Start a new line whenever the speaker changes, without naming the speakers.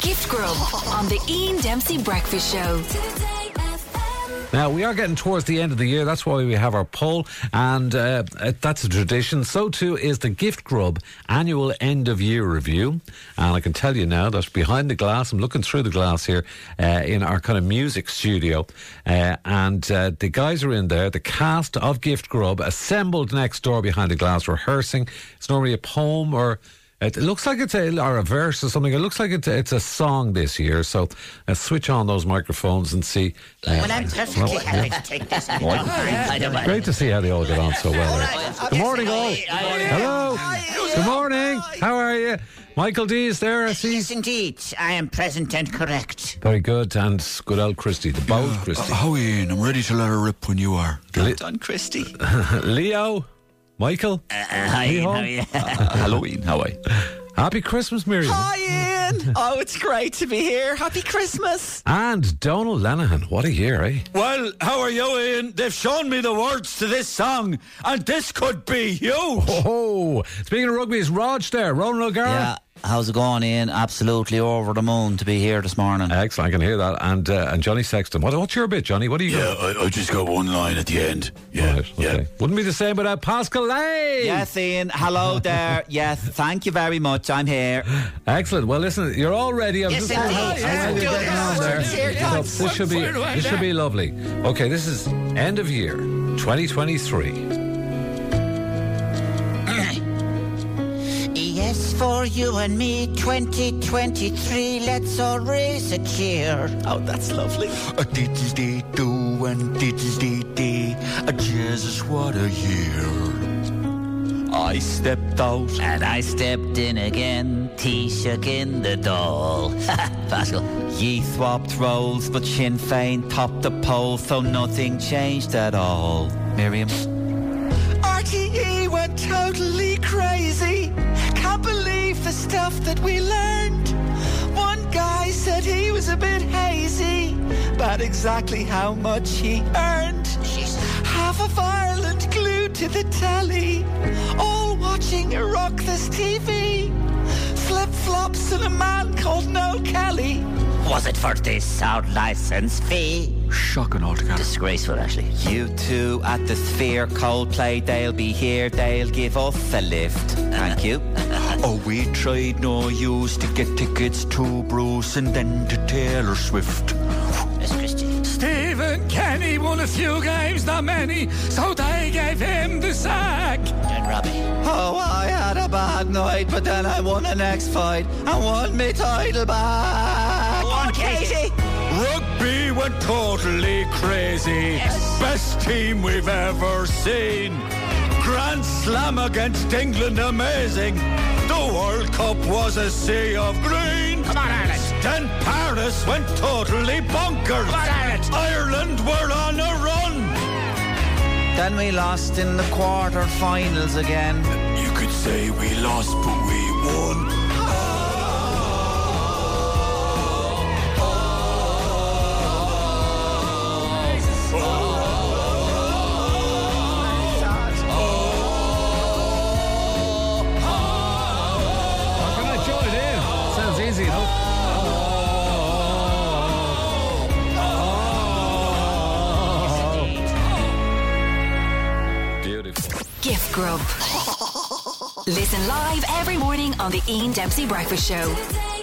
Gift Grub on the Ian Dempsey Breakfast Show.
Now, we are getting towards the end of the year. That's why we have our poll, and uh, uh, that's a tradition. So, too, is the Gift Grub annual end of year review. And I can tell you now that behind the glass, I'm looking through the glass here uh, in our kind of music studio, uh, and uh, the guys are in there, the cast of Gift Grub assembled next door behind the glass rehearsing. It's normally a poem or it looks like it's a, or a verse or something. It looks like it's, it's a song this year. So let's switch on those microphones and see. uh,
Well, I'm perfectly happy to take this. I don't mind, I don't mind.
Great to see how they all get on so well. there. Good morning, all. Hello. Good morning. How are you? Michael D is there, I see.
Yes, indeed. I am present and correct.
Very good. And good old Christy, the bold Christy.
Uh, how Ian, I'm ready to let her rip when you are.
Li-
Don Christie.
Leo, Michael,
Hi,
Hey,
how
hon.
are you?
Halloween, how are you?
happy Christmas, Miriam.
Hi, Ian. Oh, it's great to be here. Happy Christmas.
And Donald Lanahan. What a year, eh?
Well, how are you, Ian? They've shown me the words to this song, and this could be huge.
Oh, speaking of rugby, is Raj there? Ronan O'Gara?
Yeah, how's it going, Ian? Absolutely over the moon to be here this morning.
Excellent. I can hear that. And uh, and Johnny Sexton. What, what's your bit, Johnny? What do you
Yeah,
got?
I, I just got one line at the end. Yeah,
Right,
yeah.
okay. Wouldn't be the same without Pascal Lane.
Yes, Ian. Hello there. Yes, thank you very much. I'm here.
Excellent. Well, listen, you're all ready. I'm
Yes,
just
indeed.
Oh,
Yes,
we're
do
getting
it.
on there.
Here it
So
comes.
this should be this should be lovely. Okay, this is end of year, 2023.
Yes, for you and me, 2023, let's all raise a cheer.
Oh, that's lovely.
A diddle dee do and diddle dee dee. A Jesus, what a year.
I stepped out.
And I stepped in again, Taoiseach in the doll. Pascal. Ye swapped roles, but Sinn Féin topped the poll, so nothing changed at all. Miriam.
RTE went E totally crazy. Can't believe the stuff that we learned. One guy said he was a bit hazy about exactly how much he earned. Half of Ireland glued to the telly, all watching Rockless TV. Flip flops and a man called No Kelly.
Was it for this sound license fee?
Shocking altogether.
Disgraceful, actually.
You two at the Sphere, Coldplay, they'll be here, they'll give us a lift. Thank you.
Oh, we tried no use to get tickets to Bruce and then to Taylor Swift.
Miss Christie.
Stephen Kenny won a few games, not many, so they gave him the sack.
And Robbie.
Oh, I had a bad night, but then I won the next fight and won me title back.
on, Katie.
Rugby went totally crazy. Best team we've ever seen. Grand Slam against England, amazing. The World Cup was a sea of green.
Come on, Ireland.
Then Paris went totally bonkers.
on, Ireland.
Ireland were on a run.
Then we lost in the quarter-finals again.
You could say we lost, but we won.
Can I join in? Sounds easy enough. Beautiful.
Gift Grub. Listen live every morning on the Ian Dempsey Breakfast Show.